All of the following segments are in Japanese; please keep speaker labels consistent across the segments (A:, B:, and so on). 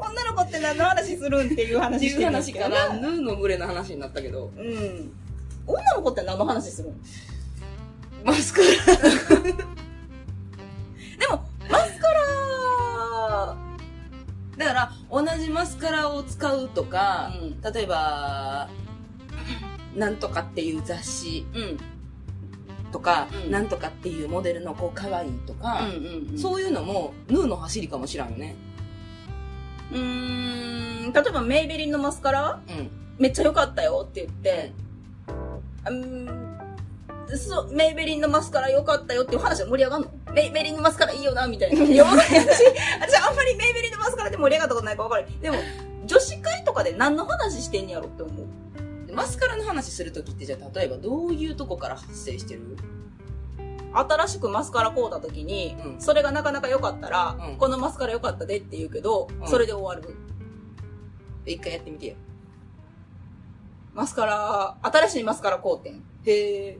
A: 女の子って何の話するんっていう
B: って
A: 話し
B: い
A: て
B: う
A: たんです
B: 話
A: けど
B: か
A: ね
B: ら、ヌーの群れの話になったけど、
A: うん女の子って何の話するん
B: マスカラ。
A: でもマスカラ
B: だから、同じマスカラを使うとか、例えば、なんとかっていう雑誌
A: うんうん
B: とか、
A: うん
B: なんとかっていうモデルの子可愛いとか、
A: うんうんそう
B: そういうのも、ヌーの走りかもしらんよね。
A: うーん例えばメイベリンのマスカラ
B: うん。
A: めっちゃ良かったよって言ってうんそうメイベリンのマスカラ良かったよっていう話は盛り上がんのメイベリンのマスカラいいよなみたいな。いや、わかんない私、私あんまりメイベリンのマスカラで盛り上がったことないから分かる。でも、女子会とかで何の話してんやろって思う。
B: でマスカラの話するときって、じゃあ例えばどういうとこから発生してる
A: 新しくマスカラ買うた時に、
B: うん
A: それがなかなか良かったら、
B: うん
A: このマスカラ良かったでって言うけど、
B: うん
A: それで終わる。
B: 一回やってみてよ。
A: マスカラ、新しいマスカラ買うてん。
B: へえ。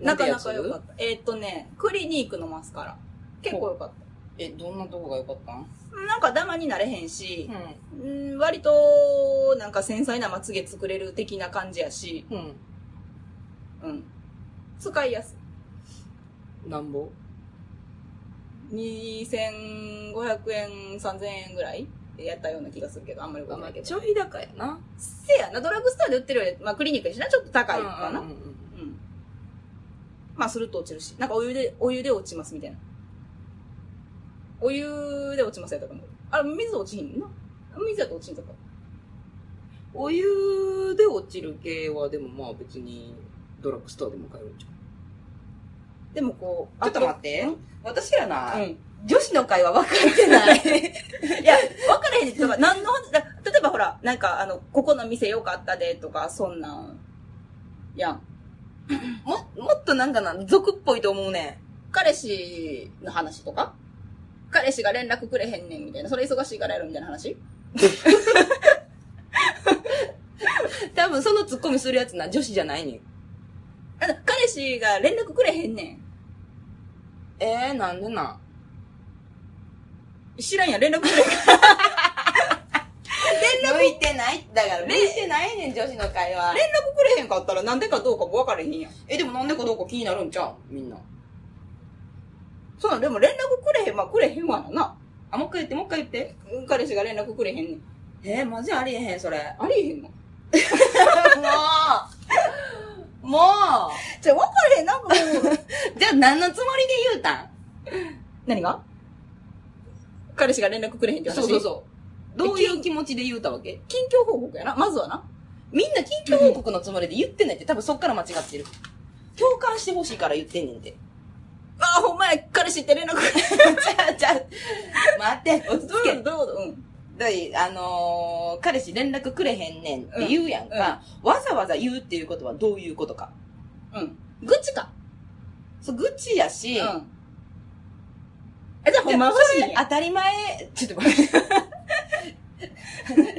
A: なかなか良か
B: た。
A: った。えーっとね、クリニークのマスカラ。結構良かっ
B: え、どんなとこが良かったん
A: た。なんかダマになれへんし、
B: う
A: うん、割と、なんか繊細なまつげ作れる的な感じやし、
B: ん。うん。
A: うん。使いやす
B: なんぼ
A: い。2500円、3000円ぐらいでやったような気がするけど、あんまり良くないけど。
B: ちょい高やな。
A: せやな、ドラッグストアで売ってるより、まあクリニックやしな、ちょっと高いかな
B: うん。
A: う
B: うんうん
A: ん。まあ、すると落ちるし。なんかお湯で、お湯で落ちますみたいな。お湯で落ちますやったかも。あれ、水落ちひんな。水やと落ちんとか。
B: お湯で落ちる系はでもまあ別にドラッグストアでも買えるんじゃ
A: でもこう、
B: ん。ちょっと待って
A: うん。
B: 私らな、
A: うん。
B: 女子の会は分かってない。
A: いや、分からへんねん。だから何の話、だ例えばほら、なんか、あの、ここの店良かったでとか、そんなん、やん。
B: も、もっとなんかな、俗っぽいと思うね
A: 彼氏の話とか彼氏が連絡くれへんねんみたいな。それ忙しいからやるみたいな話
B: ん。多分そのツッコミするやつな、女子じゃないねん。
A: あの彼氏が連絡くれへんね
B: えー、なんでなん
A: ん。知らんやん、連絡くれへん。
B: 向いてないだから、向いてないねん、女子の会は。
A: 連絡くれへんかったらなんでかどうかも分からへんやん。
B: え、でもなんでかどうか気になるんちゃうみんな。
A: そうなん、でも連絡くれへん、まあくれへんわなな。
B: あ、もう一回言って、もう一回言って。
A: うん彼氏が連絡くれへんねん。
B: えー、マジありえへん、そ れ。
A: ありえへんの
B: もうもう
A: じゃあ分からへん、なんかもう。
B: じゃあ何のつもりで言うたん
A: 何が彼氏が連絡くれへんって話
B: そうそう
A: う。
B: そう。どういう気持ちで言うたわけ
A: 近況報告やな、まずはな。
B: みんな近況報告のつもりで言ってないって多分そっから間違ってる。共感してほしいから言ってんねんて。
A: ああ、ほんまや、彼氏って連絡くれへん。
B: じゃあ、じゃあ、待って、落ち
A: どう
B: 着
A: いうこ
B: け
A: と。どういうことうん。
B: だいあのー、彼氏連絡くれへんねんって言うやんか、わざわざ言うっていうことはどういうことか。
A: うん。愚痴か。
B: そう、愚痴や
A: う
B: し、
A: ん。え、じゃあほんま
B: で
A: は
B: も
A: 欲しいね
B: それ
A: ん
B: 当たり前、ちょっと待って。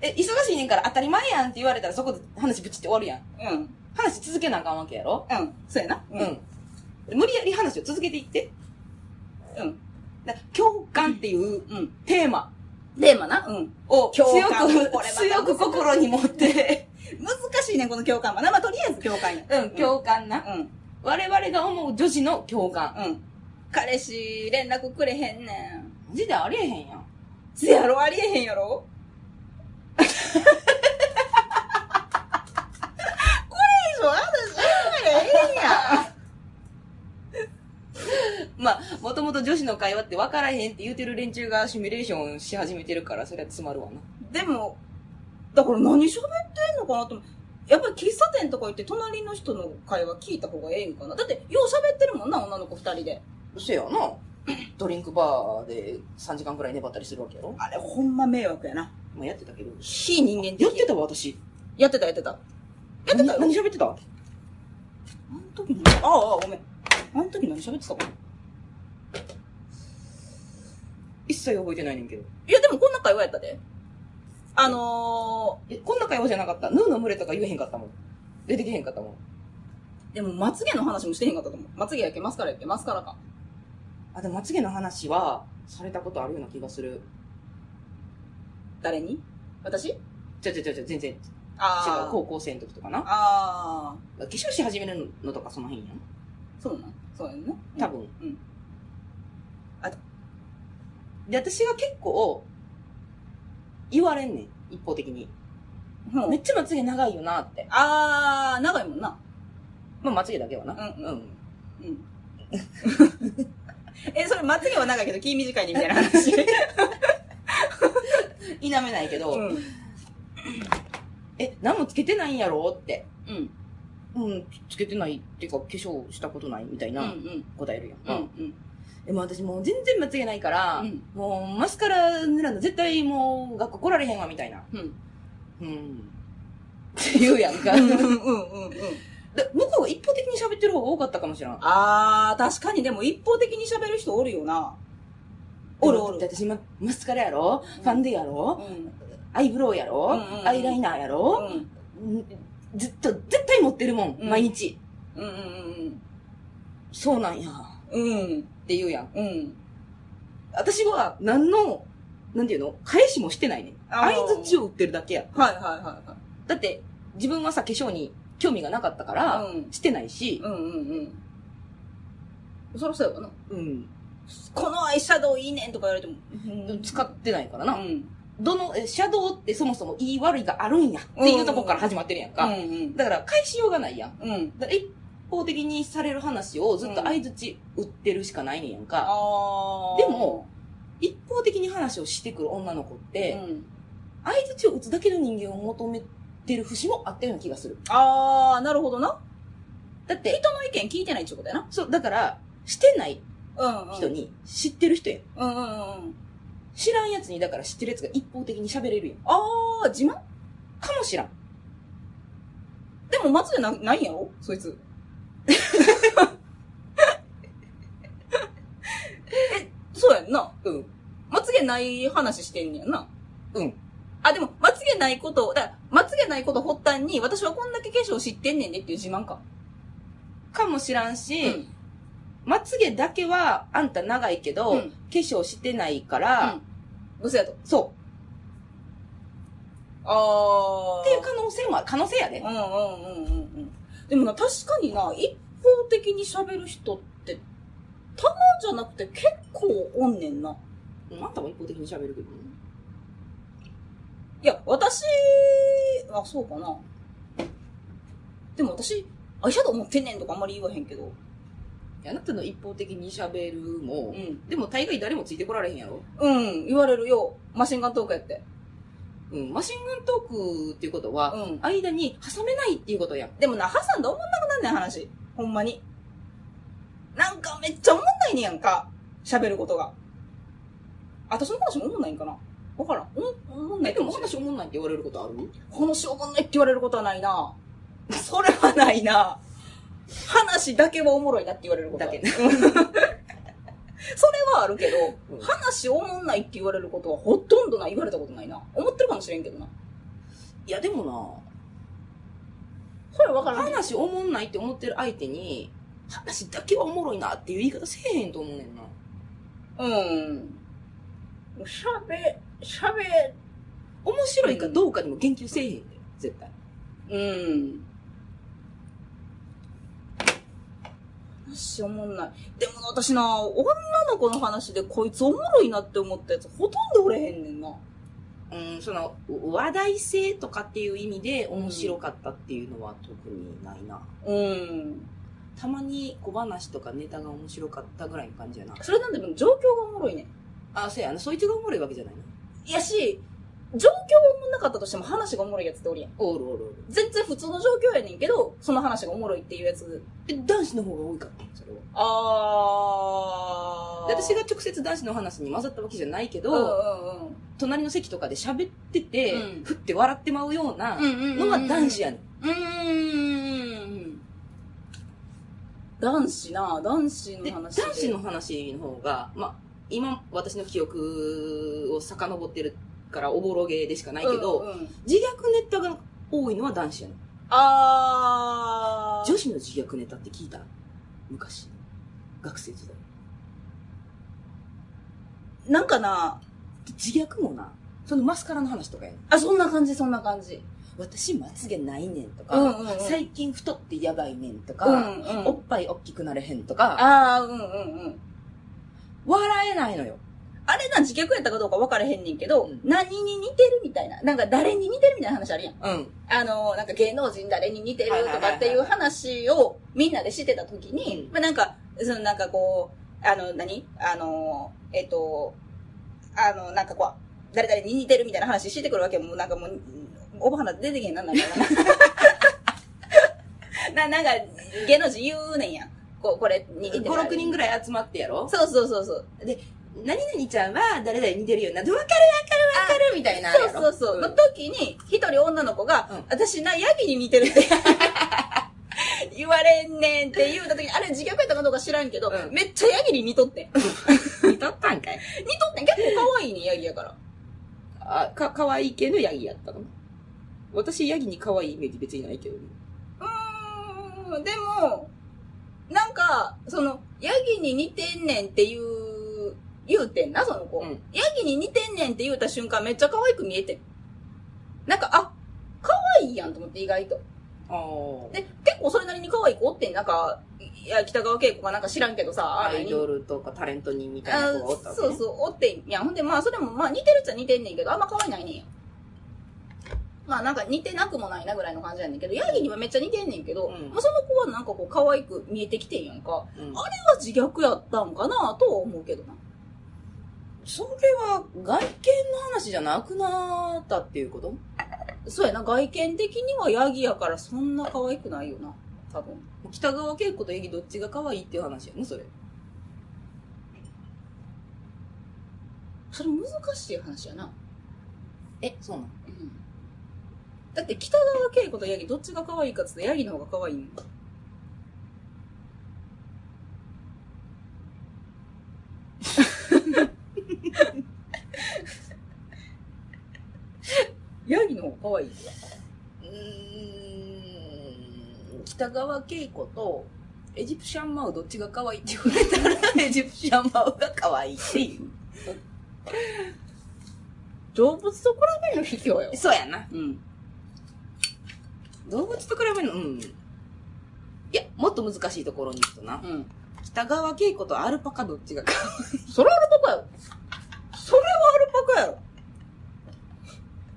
B: え、忙しいねんから当たり前やんって言われたらそこで話ぶちって終わるやん。
A: うん。うん。
B: 話続けなあかんわけやろ
A: そうやな。
B: う。ん。無理やり話を続けていって。
A: うん。
B: だ共感っていう
A: うん。
B: テーマ
A: テーマな。うん。
B: を強
A: 共感こ
B: く
A: れま、た
B: 強く心に持 って、
A: 難しいねん、この共感はな。まあ、とりあえず共感や。
B: うん、共感な。
A: うん。
B: 我々が思う女子の共感。
A: うん。彼氏連絡くれへんねん。
B: マジでありえへんやん。
A: せやろありえへんや ろこれ以上話しないや
B: まあ、もともと女子の会話って分からへんって言うてる連中がシミュレーションし始めてるから、そりゃ詰まるわな。
A: んやん。でも、だから何喋ってんのかなと思う。やっぱり喫茶店とか行って隣の人の会話聞いた方がええんかな。だって、よう喋ってるもんな、女の子二人で。
B: せやな。 ドリンクバーで3時間くらい粘ったりするわけやろ
A: あれ、ほんま迷惑やな。
B: まあ、やってたけど。
A: 非人間
B: やっ
A: 的。
B: てたわ、私。
A: やってた、やってた。やってたよ。
B: 何喋ってた
A: あの時何ああ、ああごめん。あの時何喋ってたかな
B: 一切覚えてないねんけど。
A: いや、でもこんな会話やったで。あの
B: え、こんな会話じゃなかった。ヌーの群れとか言えへんかったもん。出てけへんかったもん。
A: ー、でもまつげの話もしてへんかったと思う。まつげやけ、マスカラやけ、マスカラか。
B: あ、でもまつげの話は、されたことあるような気がする。
A: 誰に私
B: ちゃちゃちゃちゃ、全然違う。
A: あ
B: 高校生の時とかな。
A: ああ
B: 化粧し始めるのとかその辺やん。
A: そうなんそうやんな
B: 多分。
A: うん
B: あとで、私が結構、言われんねん。一方的に。
A: うん
B: めっちゃまつげ長いよなって。
A: ああ長いもんな
B: まあ、まつげだけはな。
A: うんうん
B: うん。
A: うん えそれまつげは長いけど気短いねみたいな 話
B: 否めないけど、
A: ん
B: え、何もつけてないんやろって。
A: うん
B: うん、つけてないっていうか、化粧したことないみたい
A: うんう
B: なん答えるやん。
A: うんうん
B: でも私もう全然まつげないから、
A: うん
B: もうマスカラ塗らんの絶対もう学校来られへんわみたいな。
A: うん
B: うん。って言うやんか。
A: うん
B: で
A: うんうんうん
B: 向こうが一方的に喋ってる方が多かったかもしれん。
A: あー確かにでも一方的に喋る人おるよなおるおる
B: だって私ま、マスカラやろ
A: うん
B: ファンデや
A: う
B: ろ
A: ん
B: アイブロウやろ
A: うんうんうん
B: アイライナーや
A: う
B: ろ
A: ん
B: んずっと、絶対持ってるもん。
A: うん
B: 毎日。
A: うんうん
B: そうなんや。っ
A: うんうん
B: て言うやん。
A: うん
B: 私は、何の、なんていうの返しもしてないね。
A: あー
B: 相づちを打ってるだけや。
A: はいはいはいはい
B: だって、自分はさ、化粧に興味がなかったから、
A: うん
B: してないし、
A: うんうんうんそらそうやわな
B: うん。
A: このアイシャドウいいねんとか言われても
B: 使ってないからな。
A: うん
B: どの、えシャドウってそもそも言い悪いがあるんやっていうとこから始まってるやん
A: う
B: か。
A: んうん
B: だから、返しようがないやん。
A: うん
B: だから一方的にされる話をずっと相づち打ってるしかないねんやんか。
A: あ
B: でも、一方的に話をしてくる女の子っ
A: う
B: て、
A: ん
B: 相づちを打つだけの人間を求めてる節もあったような気がする。
A: あーなるほどな
B: だって、
A: 人の意見聞いてないっちゅうことや
B: そう、だから、してない
A: なうん
B: 人に知ってる人やん。
A: うんうんうん
B: 知らんやつに、だから知ってるやつが一方的に喋れるやん。
A: あー自慢
B: かもしらん。
A: でも松でなないんやろそいつえそうやんな
B: うん。
A: まつげない話してんねやんな。
B: うん。
A: あ、でも、まつげないことを、だからまつげないことを発端に、私はこんだけ化粧知ってんねんでっていう自慢か。
B: かもしらんし、
A: うん
B: まつげだけは、あんた長いけど、
A: うん
B: 化粧してないから、
A: うん。嘘やと。
B: そ
A: あ
B: う。っ
A: ってて
B: い
A: いう
B: う
A: か、
B: 可能性も、可能性やで。
A: うんうんうんうんうん。でもな、確かにな、一方的に喋る人って、たまじゃなくて結構おんねんな。
B: うん、あんたも一方的に喋るけどね。
A: いや、私、あ、そうかな。でも私、アイシャドウ持ってんねんとかあんまり言わへんけど。
B: いやあなたの一方的に喋るも
A: う、ん。
B: でも大概誰もついてこられへんやろ。
A: うん、言われるよ。マシンガントークやって。
B: うん。マシンガントークっていうことは、
A: うん。
B: 間に挟めないっていうことやん。
A: でもな、挟んだらおもんなくなんねん話。ほんまに。なんかめっちゃおもんないねんやんか。喋ることが。私の話もおもんないんかな。わからん。おもおもんな
B: え、
A: い
B: で
A: かも
B: も
A: しれん。
B: 話おもんないって言われることある
A: 話おもんないって言われることはないな。それはないな。話だけはおもろいなって言われることは
B: だけ ね。
A: それはあるけど、
B: うん
A: 話おもんないって言われることはほとんどない。言われたことないな。思ってるかもしれんけどな。
B: いや、でも
A: それはわか
B: な、
A: らんけど。
B: 話おもんないって思ってる相手に、話だけはおもろいなっていう言い方せえへんと思うねんな。
A: うん。喋、喋
B: 面白いかどうかにも言及せえへんだよ、絶対。
A: うん。話おもんない。でもな私な、女の子の話でこいつおもろいなって思ったやつほとんどおれへんねんな。
B: うん、その、話題性とかっていう意味で面白かったっていうのは特にないな。
A: うん。
B: たまに小話とかネタが面白かったぐらいの感じやな。
A: それなんでも状況がおもろいねん。
B: あ、そうやな。そいつがおもろいわけじゃないな。
A: いやし、状況がおもんなかったとしても話がおもろいやつっておりやん。
B: おるおるおる。
A: 全然普通の状況やねんけど、その話がおもろいっていうやつ。
B: え、男子の方が多いかったそれは。
A: あ
B: で私
A: 私
B: が
A: が、
B: 直接男子の話に混ざったわけじゃないけ
A: うん
B: ど、隣の席とかで喋ってて、
A: うん
B: ふって笑ってまうような
A: うんうん。
B: のは男子やねん。
A: うーん。男子な、男子の
B: で
A: 話
B: 男
A: で。
B: 子の話の方が、まあ、今私の記憶を遡ってるからおぼろげでしかないけど、
A: うんうん
B: 自虐ネタが多いのは男子やねん
A: あー。
B: 女子の自虐ネタって聞いた昔学生時代
A: なんかな、
B: 自虐もな、そのマスカラの話とかやねん
A: あ、そんな感じ、そんな感じ。
B: 私まつげないねんとか、
A: うんうんうん
B: 最近太ってやばいねんとか、
A: うんうん
B: おっぱいおっきくなれへんとか、
A: ああ、うんうんうん。
B: 笑えないのよ。
A: あれな、自虐やったかどうか分からへんねんけど、
B: うん
A: 何に似てるみたいな。なんか誰に似てるみたいな話あるやん。
B: うん。
A: あの、なんか芸能人誰に似てる
B: はいはいは
A: と
B: いは
A: か
B: い
A: っていう話をみんなでしてた時に、
B: うん
A: まあなんか、そのなんかこう、あの、何あの、えっと、あの、なんかこう、誰々に似てるみたいな話してくるわけよもうなんかもう、おばはな出てけへんなんないからな。な、なんか、芸能人言うねんやん。こう、これに似て
B: 5、
A: る。
B: 6人ぐらい集まってやろ
A: そうそうそうそう。
B: で、何々ちゃんは誰々似てるよな、わかるわかるわかるみたいな。
A: そうそうそう。
B: や
A: の
B: ろ
A: 時に、一人女の子が、
B: うん
A: 私な、ヤギに似てるって。 言われんねんって言うた時に、あれ自虐やったかどうか知らんけど、
B: うん
A: めっちゃヤギに似とってん。似と
B: うん。見とったんかい。
A: ってん。結構可愛いね、ヤギやから。
B: あ、か、可愛い系のヤギやったの私、ヤギに可愛いイメージ別にないけど。
A: うーん、でも、なんか、その、ヤギに似てんねんっていう、言うてんな、その子。
B: うん
A: ヤギに似てんねんって言うた瞬間、めっちゃ可愛く見えてん。なんか、あ、可愛いやんと思って、意外と。
B: ああ。
A: で、結構それなりに可愛い子おってん、なんか、いや、北川景子がなんか知らんけどさ、
B: アイド
A: ル
B: ルとかタレントにみたいな
A: あ
B: 子がおったわけ、ね。
A: そうそう、おってん。いや、ほんで、まあ、それも、まあ、似てるっちゃ似てんねんけど、あんま可愛いないねんよ。まあ、なんか似てなくもないなぐらいの感じやねんけど、ヤギにはめっちゃ似てんねんけど、
B: うん
A: まあ、その子はなんかこう、可愛く見えてきてんやんか。
B: うん
A: あれは自虐やったんかなとは思うけどな。
B: それは外見の話じゃなくなったっていうこと
A: そうやな、外見的にはヤギやからそんな可愛くないよな、多分。
B: 北川景子とエギどっちが可愛いっていう話やねそれ
A: それ難しい話やな。
B: えそうなの
A: うんだって北川景子とヤギどっちが可愛いかっつってヤギの方が可愛いもんヤギの方が可愛いよ
B: うーん北川景子とエジプシャンマウどっちが可愛いって言われたらエジプシャンマウが可愛いっていう
A: 動物と比べるの卑怯よ
B: そうやな
A: うん
B: 動物と比べるのうんいやもっと難しいところに行くとな
A: うん
B: 北川景子とアルパカどっちが可愛い
A: それはアルパカやろそれはアルパカやろ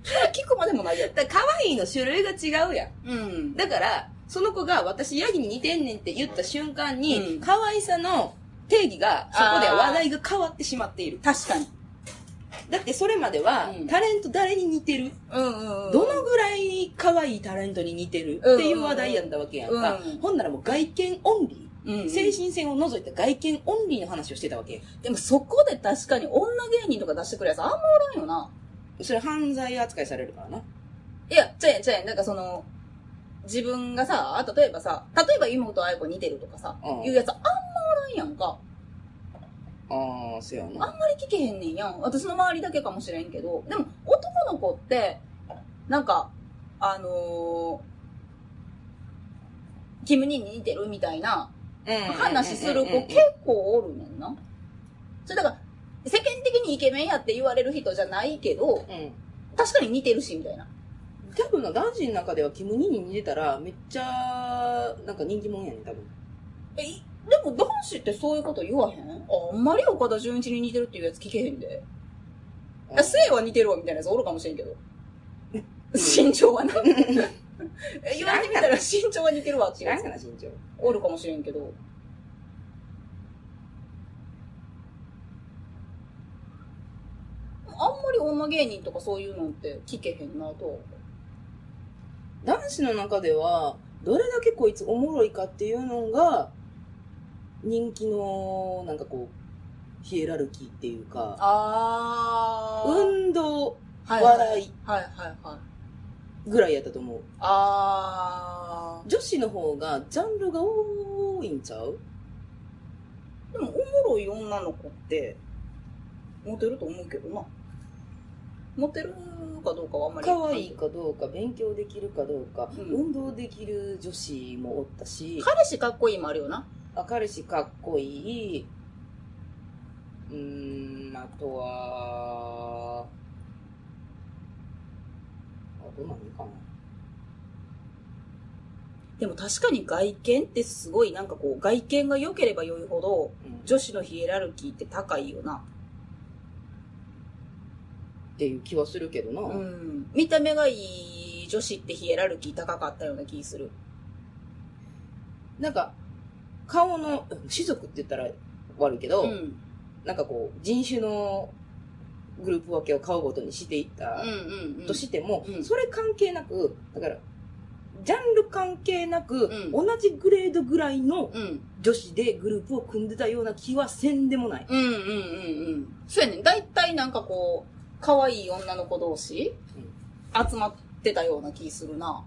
A: それは聞くまでもないやろ
B: だから可愛いの種類が違うやん
A: うん
B: だから、その子が私ヤギに似てんねんって言った瞬間に、
A: うん
B: 可愛さの定義が、そこで話題が変わってしまっている。
A: 確かに
B: だってそれまでは、
A: うん
B: タレント誰に似てる、
A: うんうん
B: どのぐらい可愛いタレントに似てる、
A: うん
B: っていう話題やったわけやんか。
A: うん
B: ほんならもう外見オンリ
A: うんう
B: ー、
A: ん
B: 精神線を除いた外見オンリーの話をしてたわけ。
A: でもそこで確かに女芸人とか出してくるやつあんまおらんよな。
B: それ犯罪扱いされるからな。
A: いや、ちゃうやんちゃうやん。なんかその、自分がさ、例えばさ、例えば妹あや子似てるとかさ、
B: うん
A: いうやつあんまおらんやんか。
B: ああ、そうや
A: あ
B: な。
A: んまり聞けへんねんやん。私の周りだけかもしれんけど。でも男の子って、なんか、あのー、キムニーに似てるみたいな話する子結構おるねんな。それだから、世間的にイケメンやって言われる人じゃないけど、
B: うん
A: 確かに似てるし、みたいな。
B: 多分な、男子の中ではキム・ニーに似てたら、めっちゃ、なんか人気者やねん、多分。
A: え、いでも男子ってそういうこと言わへんああんまり岡田純一に似てるっていうやつ聞けへんで。あ、
B: せ
A: 性は似てるわみたいなやつおるかもしれんけど。身長 はな。え言われてみたら身長は似てるわって
B: 知
A: いう
B: ら
A: や
B: ん
A: つ
B: かな、身長。
A: おるかもしれんけど。あんまり女芸人とかそういうのって聞けへんなとは思う。
B: 男子の中では、どれだけこいつおもろいかっていうのが、人気の、なんかこう、ヒエラルキーっていうか、
A: あうん。
B: 運動
A: はい、
B: 笑い
A: はいはいはい。
B: ぐらいやったと思う。
A: あ
B: 女子の方が、ジャンルが多いんちゃう
A: ー。でも、おもろい女の子って、モテると思うけどな。モテるかどうかはあんまり。
B: 可愛い。かどうか、勉強できるかどうか、
A: うん
B: 運動できる女子もおったし、
A: 彼氏かっこいいもあるよな。
B: 明るいしかっこいい、ううーん、あとは、あと何かな。
A: でも確かに外見ってすごいなんかこう、外見が良ければ良いほど、
B: うん、
A: 女子のヒエラルキーって高いよな。
B: っていう気はするけどな。
A: うん。見た目がいい女子ってヒエラルキー高かったような気する。
B: なんか、顔の、うん種族って言ったら悪いけど、
A: うん。
B: なんかこう、人種のグループ分けを顔ごとにしていっ
A: うん
B: た
A: うんうん。
B: としても、
A: うん
B: それ関係なく、だから、ジャンル関係なく、
A: うん
B: 同じグレードぐらいの
A: うん。
B: 女子でグループを組んでたような気はせんでもない。
A: うんうんうんうん。そうやねん。だいたいなんかこう、可愛い女の子同士、集まってたような気するな。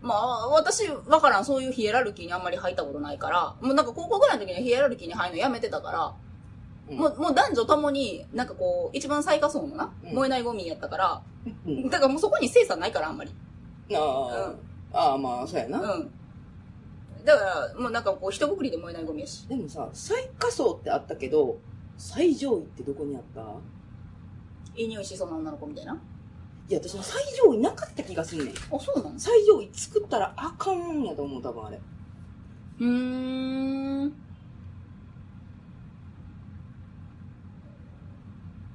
A: まあ、私、わからん。そういうヒエラルキーにあんまり入ったことないから、もうなんか高校ぐらいの時にはヒエラルキーに入るのやめてたから、
B: うん
A: もう、もう男女ともに、なんかこう、一番最下層のな、
B: うん
A: 燃えないゴミやったから、
B: うん
A: だからもうそこに精査ないから、あんまり。
B: ああ、
A: うん
B: ああ、まあ、そうやな。
A: うん。だから、もうなんかこう、一括りで燃えないゴミやし。
B: でもさ、最下層ってあったけど、最上位ってどこにあった
A: いい匂いしそうな女の子みたいな。
B: いや、私も最上位なかった気がすんねん。
A: あ、そうなんです
B: 最上位作ったらあかんもんやと思う、多分あれ。
A: うーん。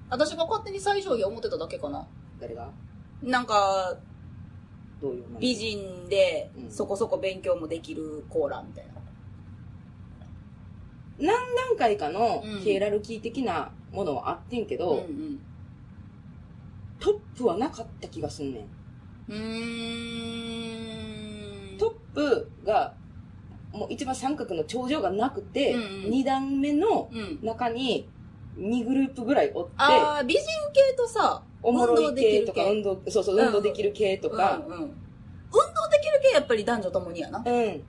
A: 私が勝手に最上位思ってただけかな。
B: 誰が
A: なんか、
B: どういうの
A: 美人で
B: う、ん
A: そこそこ勉強もできるコーラみたいな。
B: 何回かの
A: うん
B: ヒエラルキー的なものはあってんけど、
A: ん
B: トップはなかった気がすんねん。
A: うん。うーん。
B: トップが、もう一番三角の頂上がなくて、
A: うんうん
B: 二段目の
A: うん。
B: 中に2グループぐらいおって、
A: ああ、美人系とさ、
B: おもろい系とか
A: 運
B: 運動、そうそう、
A: うん
B: 運動できる系と
A: うん
B: か、
A: うん、運動できる系やっぱり男女ともにやな。
B: うん。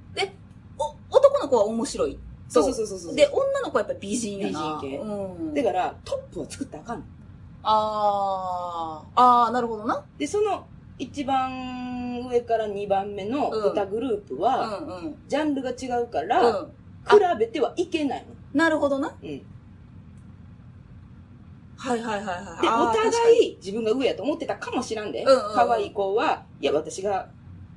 A: お男の子は面白い。
B: そうそうそうそうそう。
A: で、女の子はやっぱ美人やな。
B: 美人系
A: うん。
B: だから、トップは作ってあかんの。
A: あー、あー、なるほどな。
B: で、その、一番上から二番目の
A: うん
B: 2グループ
A: う
B: は、
A: んうん。
B: ジャンルが違うか
A: う
B: ら、
A: ん。
B: 比べてはいけないの。
A: なるほどな。
B: うん。で、
A: はいはいはいはい。
B: お
A: あー
B: 互
A: 確かに
B: い自分が上やと思ってたかもしらんで、
A: うんうんうん
B: 可愛い子は、いや、私が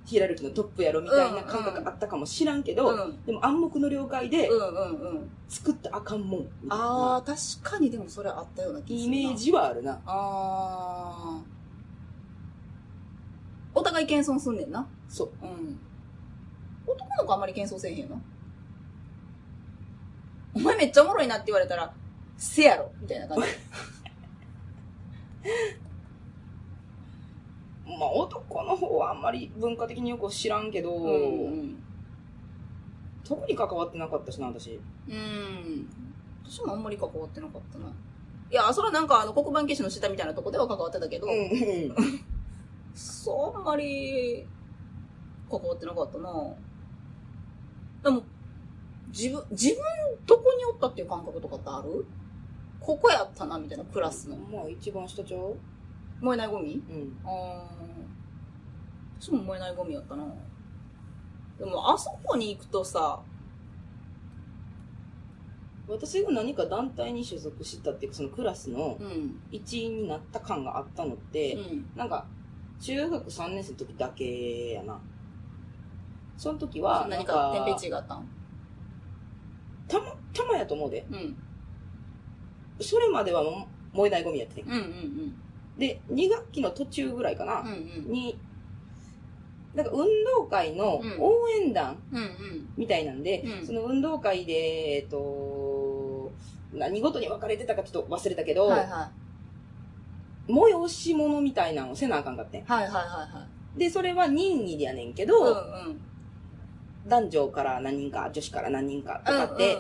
B: ヒエラルキーのトップやろみたいな感覚あったかもしらんけど、
A: うん
B: でも暗黙の了解で、
A: うんうんうん。
B: 作ったあかんもんみたいな。
A: あー、確かにでもそれあったような気す
B: イ
A: るな。
B: メー。ジはあるな。
A: あー。お互い謙遜すんねんな。
B: そう。
A: うん。男の子あんまり謙遜せえへんよな。お前めっちゃおもろいなって言われたら、せやろみたいな感じ。
B: まあ男の方はあんまり文化的によく知らんけど、
A: うん。
B: 特に関わってなかったしな、私。
A: うん。私もあんまり関わってなかったな。いや、それはなんかあの黒板消しの下みたいなとこでは関わってたけど、
B: うん。
A: そう、あんまり関わってなかったな。でも、自分、自分どこにおったっていう感覚とかってあるここやったな、みたいなクラスの。
B: まあ一番下ちゃう
A: 燃えないゴミ
B: うん。
A: あー私も燃えないゴミやったな。でも、あそこに行くとさ、
B: 私が何か団体に所属したっていうか、そのクラスの
A: うん。
B: 一員になった感があったのっ
A: う
B: て、
A: ん。
B: なんか、中学3年生の時だけやな。その時は、なん
A: 何か
B: か、
A: 天平地があったん
B: たま、たまやと思うで。
A: うん。
B: それまではもう燃えないゴミやってん
A: うんうんうん。
B: で、2学期の途中ぐらいかな。
A: うんうん。
B: に、なんか運動会の
A: うん
B: 応援団
A: うんうん。
B: みたいなんで、
A: うん
B: その運動会で、えっと、何ごとに分かれてたかちょっと忘れたけど、
A: はいは
B: 催し物みたいなのをせなあかんかってん
A: い。はいはいは
B: で、それは任意でやねんけ
A: い
B: ど、
A: はい。うんうん。
B: 男女から何人か、女子から何人かとかって、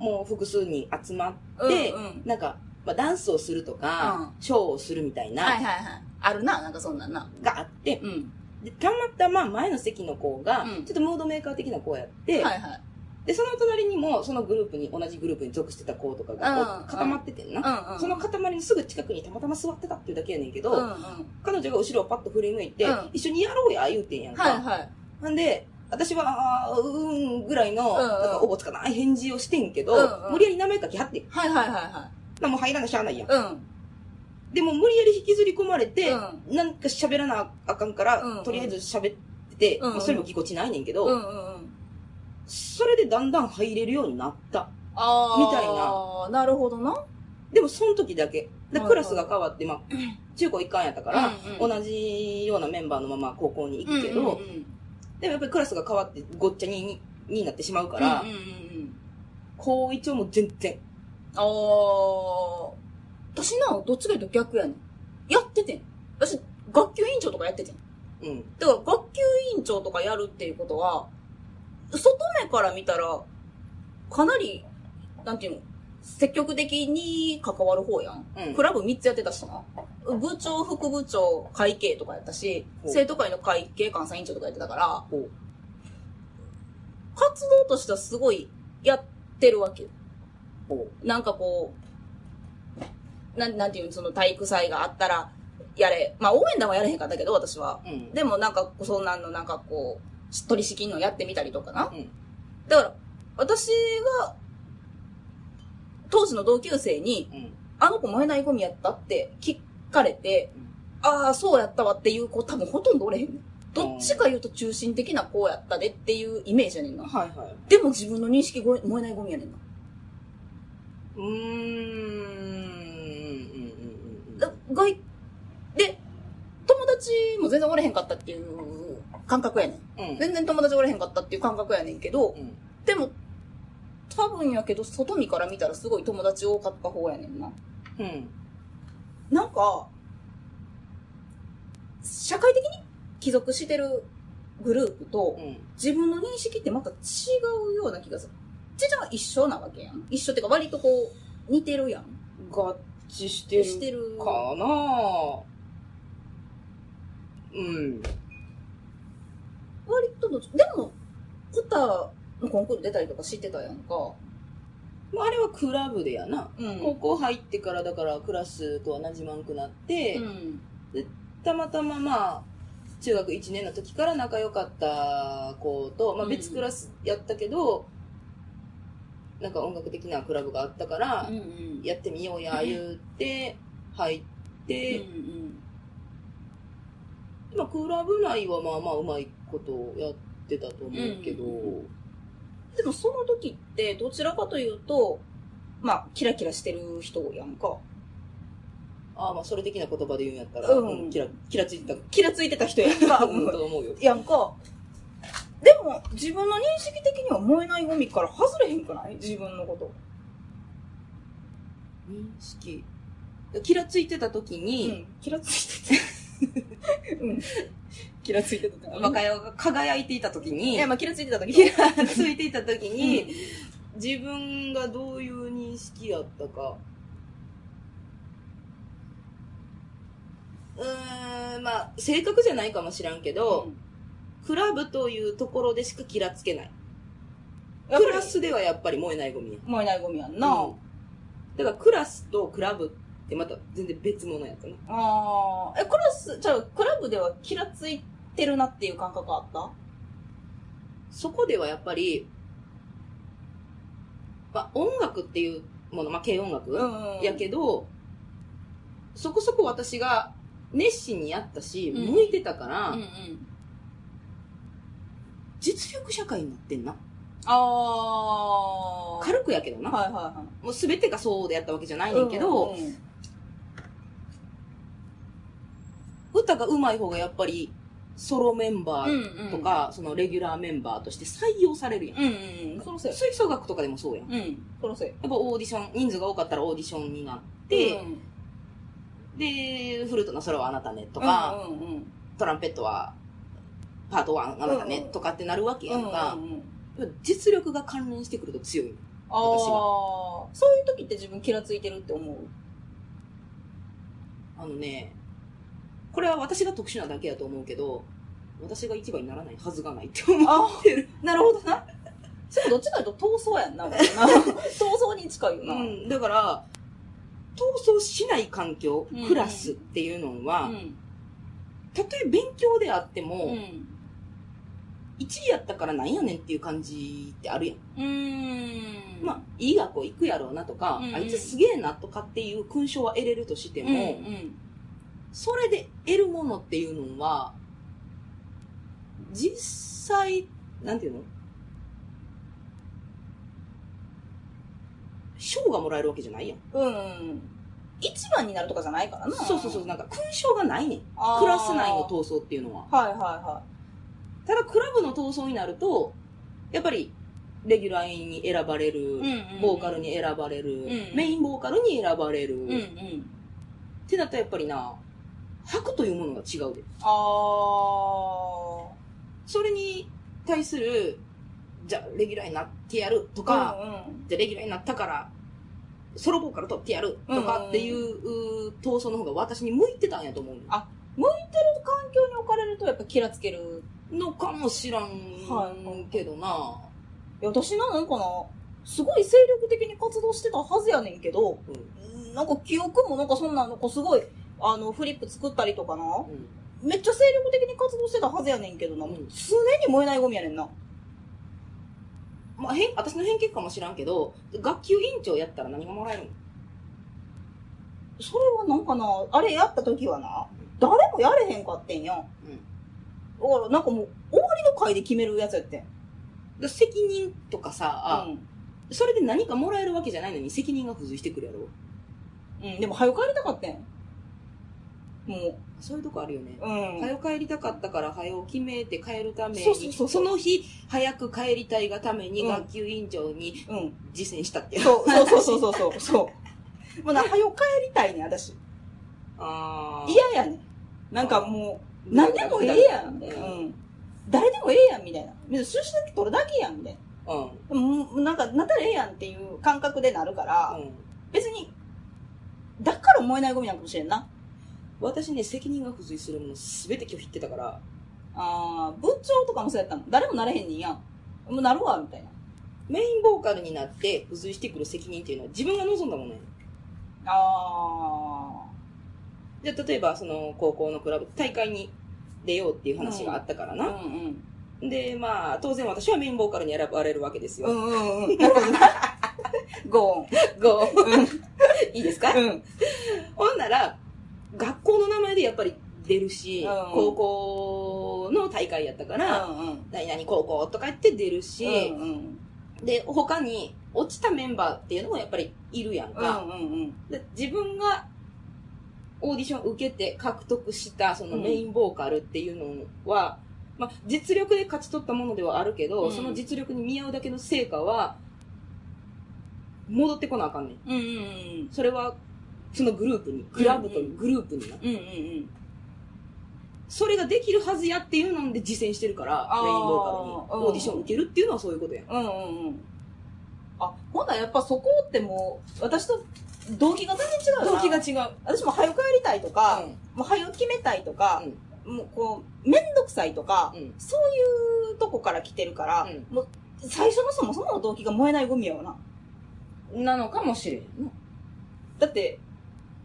A: う
B: もう複数に集まっ
A: んうんうん。
B: て、
A: うんうん
B: なんか、まあ、ダンスをするとか、ショーをするみたい
A: はいは
B: な、
A: いはい。あるな、なんかそんなんな。
B: があって、
A: うん。
B: で、たまたま前の席の子が、
A: うん
B: ちょっとムードメーカー的な子やって、
A: はいはい。
B: で、その隣にも、そのグループに、同じグループに属してた子とかが
A: うん
B: こう固まっててんな。
A: うんうん。
B: その塊のすぐ近くにたまたま座ってたっていうだけやねんけど、
A: うんうん。
B: 彼女が後ろをパッと振り向いて、
A: うん
B: 一緒にやろうや、言うてんやんか。
A: はいはい。
B: なんで、私は、あーうーん、ぐらいの、
A: うんうん
B: なんかおぼつかない返事をしてんけど、
A: うんうん
B: 無理やり名前書きはってん。
A: はいはいは
B: なもう入らなしゃあないやん
A: い。はい。
B: でも無理やり引きずり込まれて、
A: う
B: なんか喋らなあかんから、
A: うんうん
B: とりあえず喋ってて、
A: うんうん
B: まあそれもぎこちないねんけ
A: う
B: ど、
A: ん。うんうんうん。
B: それでだんだん入れるようになった。
A: あ
B: みたい
A: あ。な。なるほどな。
B: でもその時だけ。
A: はい
B: で、
A: はい
B: クラスが変わって、まあ、中高一貫やったから、
A: うんうん
B: 同じようなメンバーのまま高校に行くけど、
A: うんうんうん
B: でもやっぱりクラスが変わってごっちゃにになってしまうから、
A: うんうんうん
B: 高一はもう全然。
A: ああ。私な、どっちかというと逆やねん。やっててん。私、学級委員長とかやっててん。
B: うん。
A: だから学級委員長とかやるっていうことは、外目から見たら、かなり、なんていうの、積極的に関わる方やん。
B: うん
A: クラブ3つやってたしな。部長、副部長、会計とかやったし、
B: ほう
A: 生徒会の会計監査委員長とかやってたから、
B: こう
A: 活動としてはすごいやってるわけ。
B: こ
A: なんかこう、なん、なんていうの、その体育祭があったら、やれ。まあ応援団はやれへんかったけど、私は。
B: う。うん。
A: でもなんか、そんなんのなんかこう、しっとりしきんのやってみたりとかな。
B: うん
A: だから、私が、当時の同級生に、
B: うん。
A: あの子燃えないゴミやったって聞かれて
B: うん、
A: ああ、そうやったわっていう子多分ほとんどおれへんねん。どっちか言うと中心的な子やったでっていうイメージやねんな。
B: はいはい。
A: でも自分の認識ご燃えないゴミやねんな。
B: うーん。うんうんうん
A: だ外、で、友達も全然おれへんかったっていう感覚やねん。
B: うん。
A: 全然友達おれへんかったっていう感覚やねんけど、
B: うん。
A: でも、多分やけど、外見から見たらすごい友達多かった方やねんな。
B: うん。
A: なんか、社会的に帰属してるグループと、
B: うん。
A: 自分の認識ってまた違うような気がする。ちっちゃんは一緒なわけやん。一緒ってか割とこう、似てるやん。
B: 合致してる。
A: してる。
B: かなぁ。うん。
A: 割とどっちでも、コタのコンクール出たりとかしてたやんか。
B: まあ、あれはクラブでやな。
A: うん
B: 高校入ってからだからクラスとはなじまんくなって、
A: うん。
B: たまたままあ、中学1年の時から仲良かった子と、まあ
A: うん
B: 別クラスやったけど、なんか音楽的なクラブがあったから
A: うん、うん。
B: やってみようや言って、入って、
A: うんうん。
B: まあ、クラブ内はまあまあうまいことやってたと思うけど、
A: うでもその時って、どちらかというと、まあ、キラキラしてる人やんか。
B: ああまあそれ的な言葉で言うんやったら、
A: うん
B: うんキラキラついてたか
A: キラついてた人やんか。
B: ら、うん、と思うよ。
A: やんか。でも、自分の認識的には燃えないゴミから外れへんくない自分のこと。
B: 認識。キラついてた時
A: う
B: に、
A: ん。キラついてて。 うん。キラついてた。
B: 若代が輝いていた時
A: い
B: に、
A: や、まあ、キラついてた時
B: キラついていた時
A: に、
B: に、自分がどういう認識やったか。うーん、まあ、正確じゃないかもしらんけど、クラブというところでしかキラつけない。
A: やっぱり
B: クラスではやっぱり燃えないゴミや。
A: 燃えないゴミやんな。
B: うんだからクラスとクラブってまた全然別物やったな。
A: ああ。え、クラス、じゃあ、クラブではキラついてるなっていう感覚あった
B: そこではやっぱり、まあ、音楽っていうもの、まあ、軽音楽、
A: ん
B: やけど、そこそこ私が熱心にやったし、
A: うん
B: 向いてたから、
A: うんうん。
B: 実力社会になってんな。
A: ああ。
B: 軽くやけどな。
A: はいはいはい。
B: もう全てがそうでやったわけじゃないねんけど、
A: うんうん
B: 歌が上手い方がやっぱりソロメンバ
A: う
B: ー
A: んうん
B: と、か、そのレギュラーメンバーとして採用されるやん。
A: うんうんうんそろそろ
B: 吹奏楽とかでもそうやん。や
A: う
B: っ
A: んそろそろ
B: ぱオーディション、人数が多かったらオーディションになって、
A: で
B: で、フルートのソロはあなたね
A: と
B: とか、
A: うんうん
B: トランペットはパート1あなたねとかってなるわけやんか、
A: うんうんうん
B: 実力が関連してくると強い。
A: ああそういう時って自分キラついてるって思う
B: あのね、これは私が特殊なだけやと思うけど、私が一番にならないはずがないって思う。
A: ああなるほどなそれどっちかというと闘争やん なもうな闘争に近いよな
B: うん、だから、闘争しない環境
A: うん、
B: クラスっていうのは、
A: ん
B: たとえ勉強であっても、
A: うん
B: 1位やったからなんやねんっていう感じってあるやん。
A: うーん。
B: まあ、いい学校行くやろうなとか、
A: うんうん
B: あいつすげえなとかっていう勲章は得れるとして
A: う
B: も、
A: んうん。
B: それで得るものっていうのは、実際、なんていうの賞がもらえるわけじゃないやん。
A: うん。一番になるとかじゃないからな。
B: そうそうそう、なんか勲章がないねん。ク
A: あー
B: ラス内の闘争っていうのは。
A: はいはいは
B: ただ、クラブの闘争になると、やっぱり、レギュラーに選ばれる、
A: い。うん、うん。
B: ボーカル。に選ばれる、
A: うん
B: メインボーカルに選ばれる、
A: うんう
B: っ
A: ん。
B: てなったらやっぱりな、白というものが違うで。
A: あー。
B: それに対する、じゃあ、レギュラーになってやるとか、
A: うん
B: じゃあレギュラーになったから、ソロボーカル取ってやるとかっていう、うー闘争の方が私に向いてたんやと思う
A: あ環境に置かれるとやっぱキラつける。
B: のかもしらん
A: はい
B: けどな、
A: いや私な、なんかな、すごい精力的に活動してたはずやねんけど、
B: うん
A: うんなんか記憶もなんかそんなのこうすごい、あの、フリップ作ったりとかな。
B: うん
A: めっちゃ精力的に活動してたはずやねんけどな、
B: うん
A: 常に燃えないゴミやねんな。
B: まあ、へん私の偏見かもしらんけど学級委員長やったら何がもらえるの
A: それはなんかな、あれやった時はな、誰もやれへんかってんやん。だからなんかもう、終わりの回で決めるやつやってん。
B: で責任とかさ、
A: うん。
B: それで何かもらえるわけじゃないのに責任が付随してくるやろ
A: うん、でも、早く帰りたかってん。も
B: そういうとこあるよね、
A: う、うん。
B: 早く帰りたかったから早起き決めて帰るために
A: そうそうそうそう
B: の日早く帰りたいがために
A: うん
B: 学級委員長に
A: うん。
B: 実践したっていう、
A: そう、そうそうそうそうそう。 そう。もうな、早く帰りたいねん、私。
B: あー
A: 嫌やねん。なんかもう、何でもええやん。うん。誰でもええやん、みたいな。別に出資だけ取るだけやん、みたいな。
B: うん
A: うんなんか、なったらええやんっていう感覚でなるから、
B: うん
A: 別に、だから燃えないゴミなんかもしれんな。
B: 私ね責任が付随するもの全て拒否ってたから
A: あー部長とかもそうやったの。誰もなれへんねんやん。もうなるわ、みたいな。
B: メインボーカルになって付随してくる責任っていうのは自分が望んだものやね
A: あ
B: じゃあ例えばその高校のクラブ大会に出ようっていう話があったから
A: ー。う
B: な、
A: ん
B: でまあ当然私はメインボーカルに選ばれるわけです
A: うん。う
B: よ、
A: んうんうん。なるほどな。ゴ
B: ゴー
A: ーン。
B: いいですか、
A: うん。うん。
B: ほんなら、学校の名前でやっぱり出るし、
A: うん
B: 高校の大会やったから、
A: うん
B: 何々高校とか言って出るし、
A: うんうん。
B: で、他に落ちたメンバーっていうのもやっぱりいるや
A: う
B: ん
A: んう
B: か。
A: ん
B: で自分がオーディション受けて獲得したそのメインボーカルっていうのは、まあ、実力で勝ち取ったものではあるけど、
A: うん
B: その実力に見合うだけの成果は、戻ってこなあかんねん。
A: うん。うんうん
B: それは、そのグループに、クラブとグループにな。
A: うん。うんうんうん。
B: それができるはずやっていうので実践してるから
A: あー
B: メインボーカルに
A: うん
B: オーディション受けるっていうのはそういうことやん
A: うんうんうん。あ、ほんならやっぱそこってもう、私と動機が全然違うよ
B: 動
A: な
B: 機が違う
A: 私も早く帰りたいとか、もう早く決めたいとか、もうこう、めんどくさいとか、
B: うん
A: そういうとこから来てるから、
B: うん
A: もう最初のそもそもの動機が燃えないゴミやわな。
B: うんなのかもしれん
A: だって、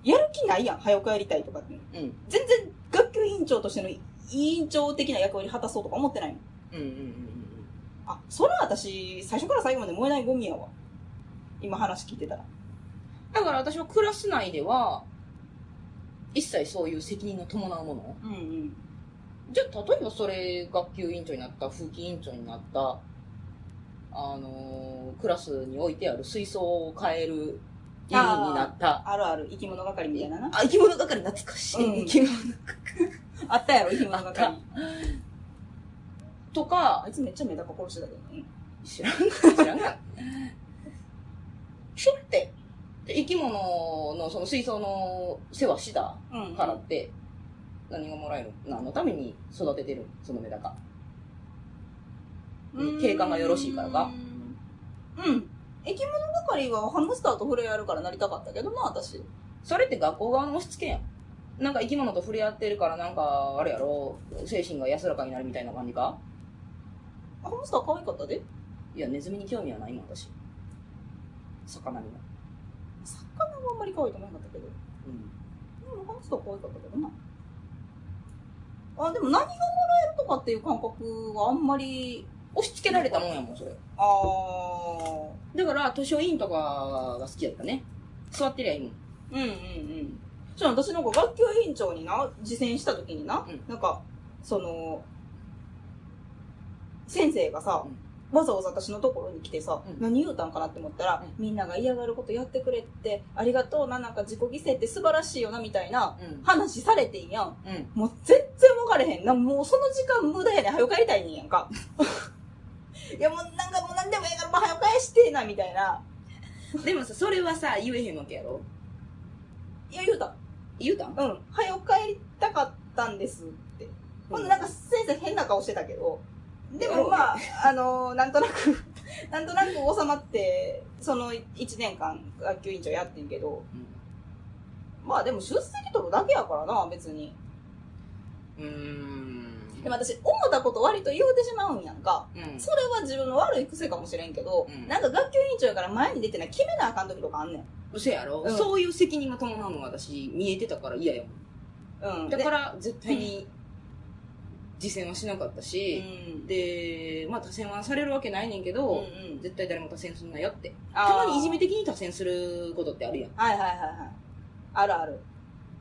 A: やる気ないやん、早く帰りたいとかって。
B: うん
A: 全然学級委員長としての委員長的な役割果たそうとか思ってないの。
B: うんうんうん
A: あ、それは私、最初から最後まで燃えないゴミやわ。今話聞いてたら。
B: だから私はクラス内では一切そういう責任の伴うもの
A: うんうん。
B: じゃあ例えばそれ学級委員長になった風紀委員長になったあのークラスに置いてある水槽を変える委員になった
A: あるある、生き物係みたいなな。
B: あ生き物係懐かしい、
A: うん
B: 生き物
A: あったやろ、生き物
B: あ
A: 係
B: っ。とか
A: あいつめっちゃメダカ殺してたけどね。
B: 知らんか知らんかそれって生き物のその水槽の世話した
A: うん
B: からって何がもらえる何のために育ててるそのメダカ
A: うん
B: 景観がよろしいからか
A: うん。生き物係はハムスターと触れ合えるからなりたかったけどな、私。
B: それって学校側の押し付けやんなんか生き物と触れ合ってるからなんかあれやろ精神が安らかになるみたいな感じか
A: ハムスター可愛かったで。
B: いやネズミに興味はないもん私魚には
A: 魚はあんまり可愛くなかったけど。
B: うん
A: でもハムスター可愛かったけどな。あ、でも何がもらえるとかっていう感覚はあんまり、
B: 押し付けられたもんやもん、それ。
A: ああ。だから、図書委員とかが好きだったね。
B: 座ってりゃいいもん。
A: うんうんうん。そう私なんか学級委員長にな、実践した時にな、
B: うん
A: なんか、その、先生がさ、
B: うん
A: わざわざ私のところに来てさ、
B: うん
A: 何言うたんかなって思ったら、
B: う
A: みんなが嫌がることやってくれて、ありがとうな、なんか自己犠牲って素晴らしいよな、みたいな
B: うん。
A: 話されてんやん。
B: うん。
A: もう全然分かれへん。なんかもうその時間無駄やねん。早よ帰りたいねんやんか。いやもうなんかもう何でもええからもう早よ返してえな、みたいな。
B: でもさ、それはさ、言えへんわけやろ
A: いや、言うた。
B: 言うたん
A: うん、早く帰りたかったんですって。ほんで、なんか先生変な顔してたけど、でもまあ、あのーなんとなく、 なんとなく収まって、その1年間学級委員長やってんけど、まあでも出席取るだけやからな、別に。
B: うん。うーん。
A: でも私、思ったこと割と言うてしまうんやんか。
B: うん。
A: それは自分の悪い癖かもしれんけど、
B: うん
A: なんか学級委員長やから前に出てない決めなあかん時とかあんねん。
B: 嘘やろ、
A: うん
B: そういう責任が伴うのが私、見えてたから嫌やも
A: う
B: ん。
A: ん。、
B: だからら、絶対に、実践はしなかった
A: う
B: し、
A: ん。
B: で、まあ、多選はされるわけないねんけど、
A: うんうん
B: 絶対誰も多選すんなよって。
A: あー
B: たまにいじめ的に多選することってあるやん。
A: はいはいはいはい。あるある。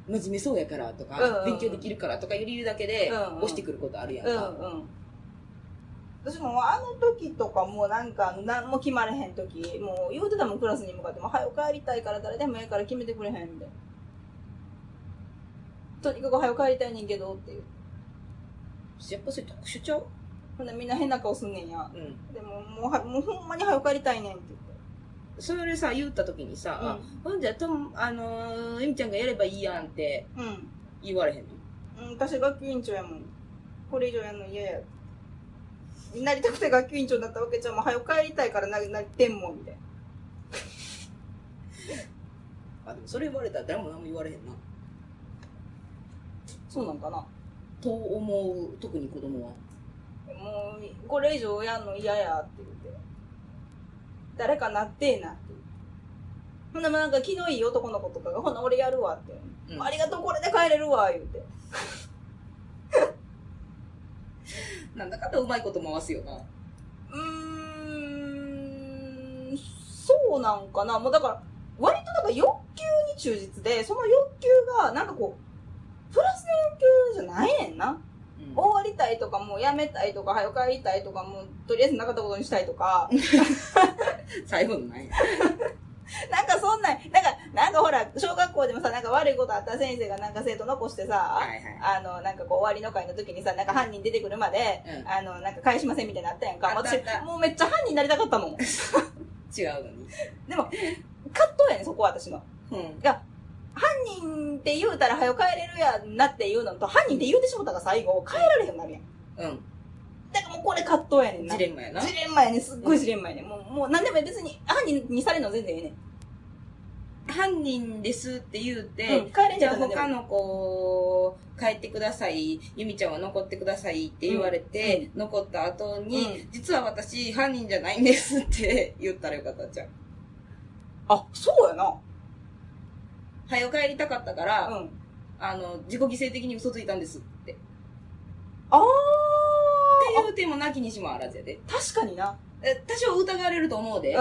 B: 真面目そうやからとか、
A: うんうんうん
B: 勉強できるからとかいう理由だけで、
A: うんうん
B: 押してくることあるやん
A: うん
B: か。
A: うん私もあの時とかもうなんか何も決まれへん時もう言うてたもんクラスに向かっても「早く帰りたいから誰でもええから決めてくれへん」みたいな「とにかく早く帰りたいねんけど」っていう
B: やっぱそれ特殊ちゃう
A: ほんでみんな変な顔すんねんや
B: うん。
A: でももうはもうほんまに早く帰りたいねんって言って
B: それさ、言った時にさ、
A: う
B: ほんじゃ、とも、あのー、えみちゃんがやればいいやんって
A: うん、
B: 言われへん
A: う
B: の。
A: ん、私学級委員長やもんこれ以上やんの嫌やなりたくて学級委員長だったわけじゃんもう早く帰りたいからななってんもんみたいな
B: あ、でもそれ言われたら誰も何も言われへんな。
A: そうなんかな
B: と思う、特に子供は。
A: もう、これ以上やんの嫌やって言って。誰かなってえなって。ほんでもなんか気のいい男の子とかが、ほな俺やるわって。
B: うん
A: ありがとう、これで帰れるわ、言うて。
B: なんだかんだうまいこと回すよな。
A: うーん、そうなんかな。もうだから、割となんか欲求に忠実で、その欲求が、なんかこう、プラスの欲求じゃないねんな。
B: うん
A: 終わりたいとか、もうやめたいとか、早く帰りたいとか、もうとりあえずなかったことにしたいとか。
B: 最後のない。
A: なんかそんなん、なんか、なんかほら、小学校でもさ、なんか悪いことあった先生がなんか生徒残してさ、
B: はいはい
A: あの、なんかこう終わりの会の時にさ、なんか犯人出てくるまで、
B: うん
A: あの、なんか返しませんみたいになのあったやんか。
B: あったあ
A: 私
B: った、
A: もうめっちゃ犯人になりたかったもん。葛
B: 違うのに。
A: 藤やねん、そこは私の。
B: うん。
A: が、犯人って言うたら早く帰れるやんなって言うのと、犯人って言うてしもたが最後、帰られへんようになるやん。
B: うん。
A: だからもうこれ葛藤やねんな。
B: ジレンマやな。
A: ジレンマやねん、すっごいジレンマやねん。もう、もう何でも別に犯人にされるの全然ええねん。
B: 犯人ですって言うて、
A: うん、帰れん
B: じ
A: じ
B: ゃ
A: ゃ
B: あ
A: ん何でも
B: 他の子帰ってください由美ちゃんは残ってくださいって言われて、残った後に、
A: うん
B: 実は私犯人じゃないんですって言ったらよかったじゃん
A: あ、そうやな。
B: 早く帰りたかったから、
A: うん。
B: あの自己犠牲的に嘘ついたんですってって
A: あー
B: いう手もなきにしもあらずやで
A: 確かにな。
B: え多少疑われると思うで、
A: う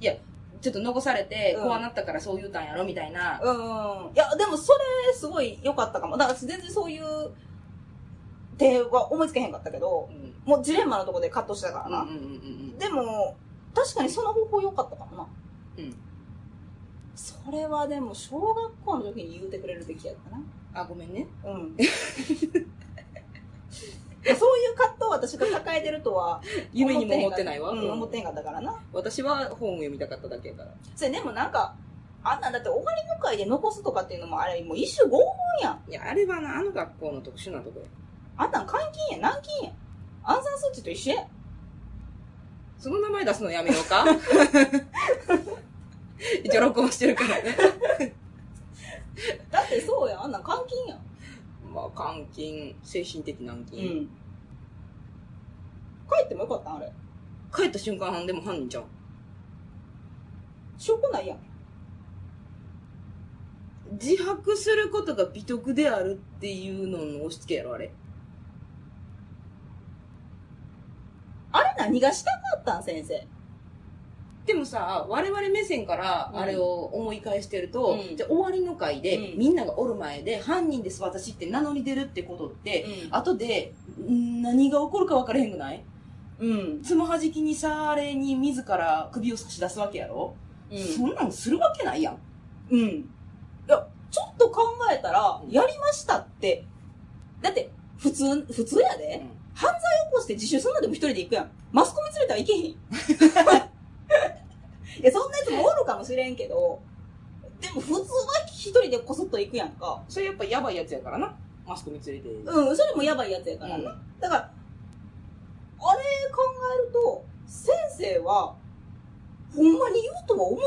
B: ちょっと残されて、
A: うん
B: こうなったからそう言うたんやろみたいな、
A: ん。うん。いや、でもそれすごい良かったかも。だから全然そういう、手は思いつけへんかったけど
B: う、ん、うん
A: もうジレンマのとこでカットしてたから
B: うんう
A: な。
B: んうん
A: でも、確かにその方法良かったかもな。
B: うん
A: それはでも、小学校の時に言うてくれるべきやったな。
B: あごめ んね
A: うん。そういう葛藤を私が抱えてるとは
B: 夢にも思ってないわ、
A: うん、思ってへんかったからな。
B: 私は本を読みたかっただけやから
A: それでもなんか、あんなんだって終わりの会で残すとかっていうのもあれ、もう一種合法やん。
B: いやあれはなあの学校の特殊なとこや
A: あんなん監禁や、軟禁や。アンサンスーチーと一緒や。
B: その名前出すのやめよう か一応録音してるからね。
A: だってそうやん、あんなん監禁やん。
B: まあ、監禁、精神的軟
A: う
B: 禁。
A: ん。帰ってもよかったんあれ。
B: 帰った瞬間でも犯人ちゃう。
A: 証拠ないやん。
B: 自白することが美徳であるっていうのの押し付けやろ、あれ。
A: 何がしたかったん先生。
B: でもさ、我々目線から
A: うん
B: あれを思い返してると、
A: うん
B: じゃあ終わりの回で、
A: うん
B: みんながおる前で、犯人です私って名乗り出るってことって、
A: う
B: 後で、ん何が起こるか分からへんくない
A: ん。うん。
B: つまはじきにされに自ら首を差し出すわけやろ、そんなんするわけないやん。
A: うん。いや、ちょっと考えたら
B: う、ん
A: やりましたって。だって、普通、普通やで。起こして自習するのでも一人で行くやん。マスコミ連れては行けへん。 いや、そんなやつもおるかもしれんけど、でも普通は一人でこそっと行くやんか。
B: それやっぱやばいやつやからな。マスコミ連れて。うん。
A: うん、それもやばいやつやからな。だから、あれ考えると、先生は、ほんまに言うとは思っ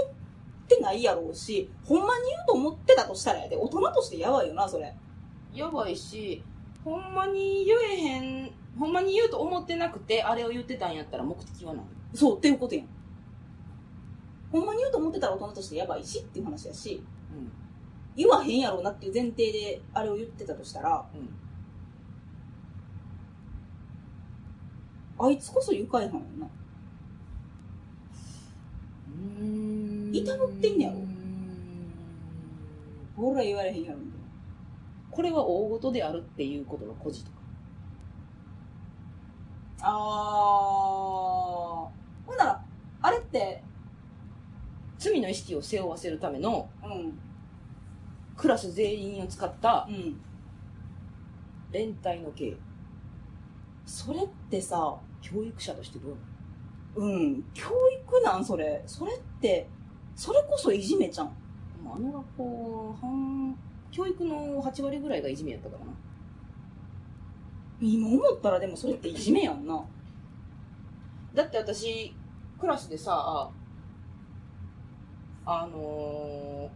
A: てないやろうし、ほんまに言うと思ってたとしたらやで、大人としてやばいよな、それ。
B: やばいし、ほんまに言えへん、ほんまに言うと思ってなくて、あれを言ってたんやったら目的は何
A: そう、っていうことやん。ほんまに言うと思ってたら大人としてやばいしっていう話やし、
B: うん。
A: 言わへんやろうなっていう前提であれを言ってたとしたら
B: うん。
A: あいつこそ愉快犯やな
B: うん
A: いたぶってんねやろ
B: うん
A: ほら言われへんやろみたいな
B: これは大事であるっていうことの孤児とか。
A: あーほんならあれって
B: 罪の意識を背負わせるための
A: うん
B: クラス全員を使った
A: うん
B: 連帯の刑。
A: それってさ
B: 教育者としてどうなの
A: うん教育なんそれそれってそれこそいじめじゃん
B: でもあの学校、半、教育の8割ぐらいがいじめやったからな。
A: 今思ったらでもそれっていじめやんな
B: だって私クラスでさあの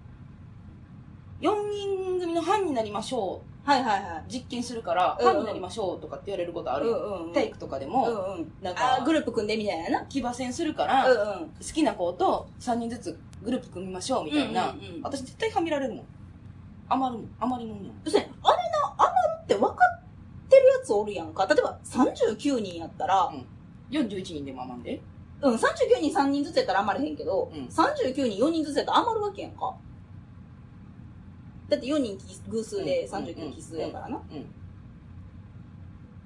B: ー、4人組の班になりましょう
A: はいはいはい
B: 実験するから
A: うんうん
B: 班になりましょうとかって言われることあ
A: う
B: る、
A: んうん
B: 体育とかで
A: うん
B: も、
A: うん
B: なん
A: あー
B: か
A: グループ組んでみたいな
B: 騎馬戦するか
A: な
B: ら、好
A: うんうん
B: きな子と3人ずつグループ組みましょうみたいな、
A: うんうんうん
B: 私絶対はみられるもん余るもん余りもんやん
A: そしてあれな、余るって分かってるやつおるやんか。例えば39人やったら、
B: 41人でも余んで
A: うん、39人3人ずつやったら余れへんけど、
B: うん
A: 39人4人ずつやったら余るわけやんか。だって4人奇偶数で
B: うん
A: 39奇数やからな。
B: うんうん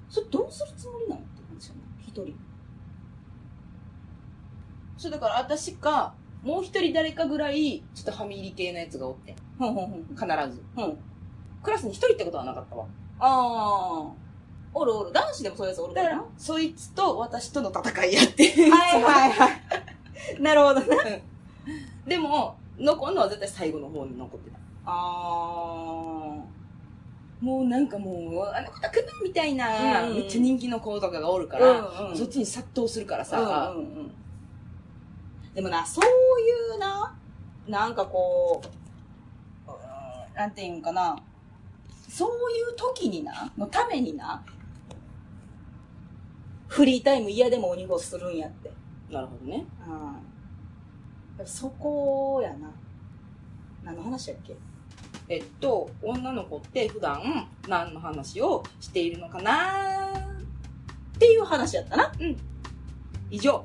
A: それどうするつもりなのって感じやな。一人。
B: そうだから私かもう一人誰かぐらいちょっとはみ入り系のやつがおってん
A: ほんほんほん。
B: 必ず
A: うん。
B: クラスに一人ってことはなかったわ
A: あー。おるおる。男子でもそういうやつおるか
B: だからら
A: な。
B: そいつと私との戦いやって
A: はいはいはい。 なるほどね。
B: いでも残るのは絶対最後の方に残ってた
A: あ
B: もうなんかもうあの子たくんみたいな、
A: うんうん
B: めっちゃ人気の子とかがおる
A: ー。
B: から、
A: うんうん
B: そっちに殺到するからさ、
A: うんうんうん、でもなそういうななんかこううんなんていうんかなそういう時になのためになフリータイム嫌でも鬼ごっこするんやって、
B: なるほどね
A: うん、やっぱそこやな何の話やっけ
B: えっと女の子って普段何の話をしているのかな
A: っていう話やったな
B: 以上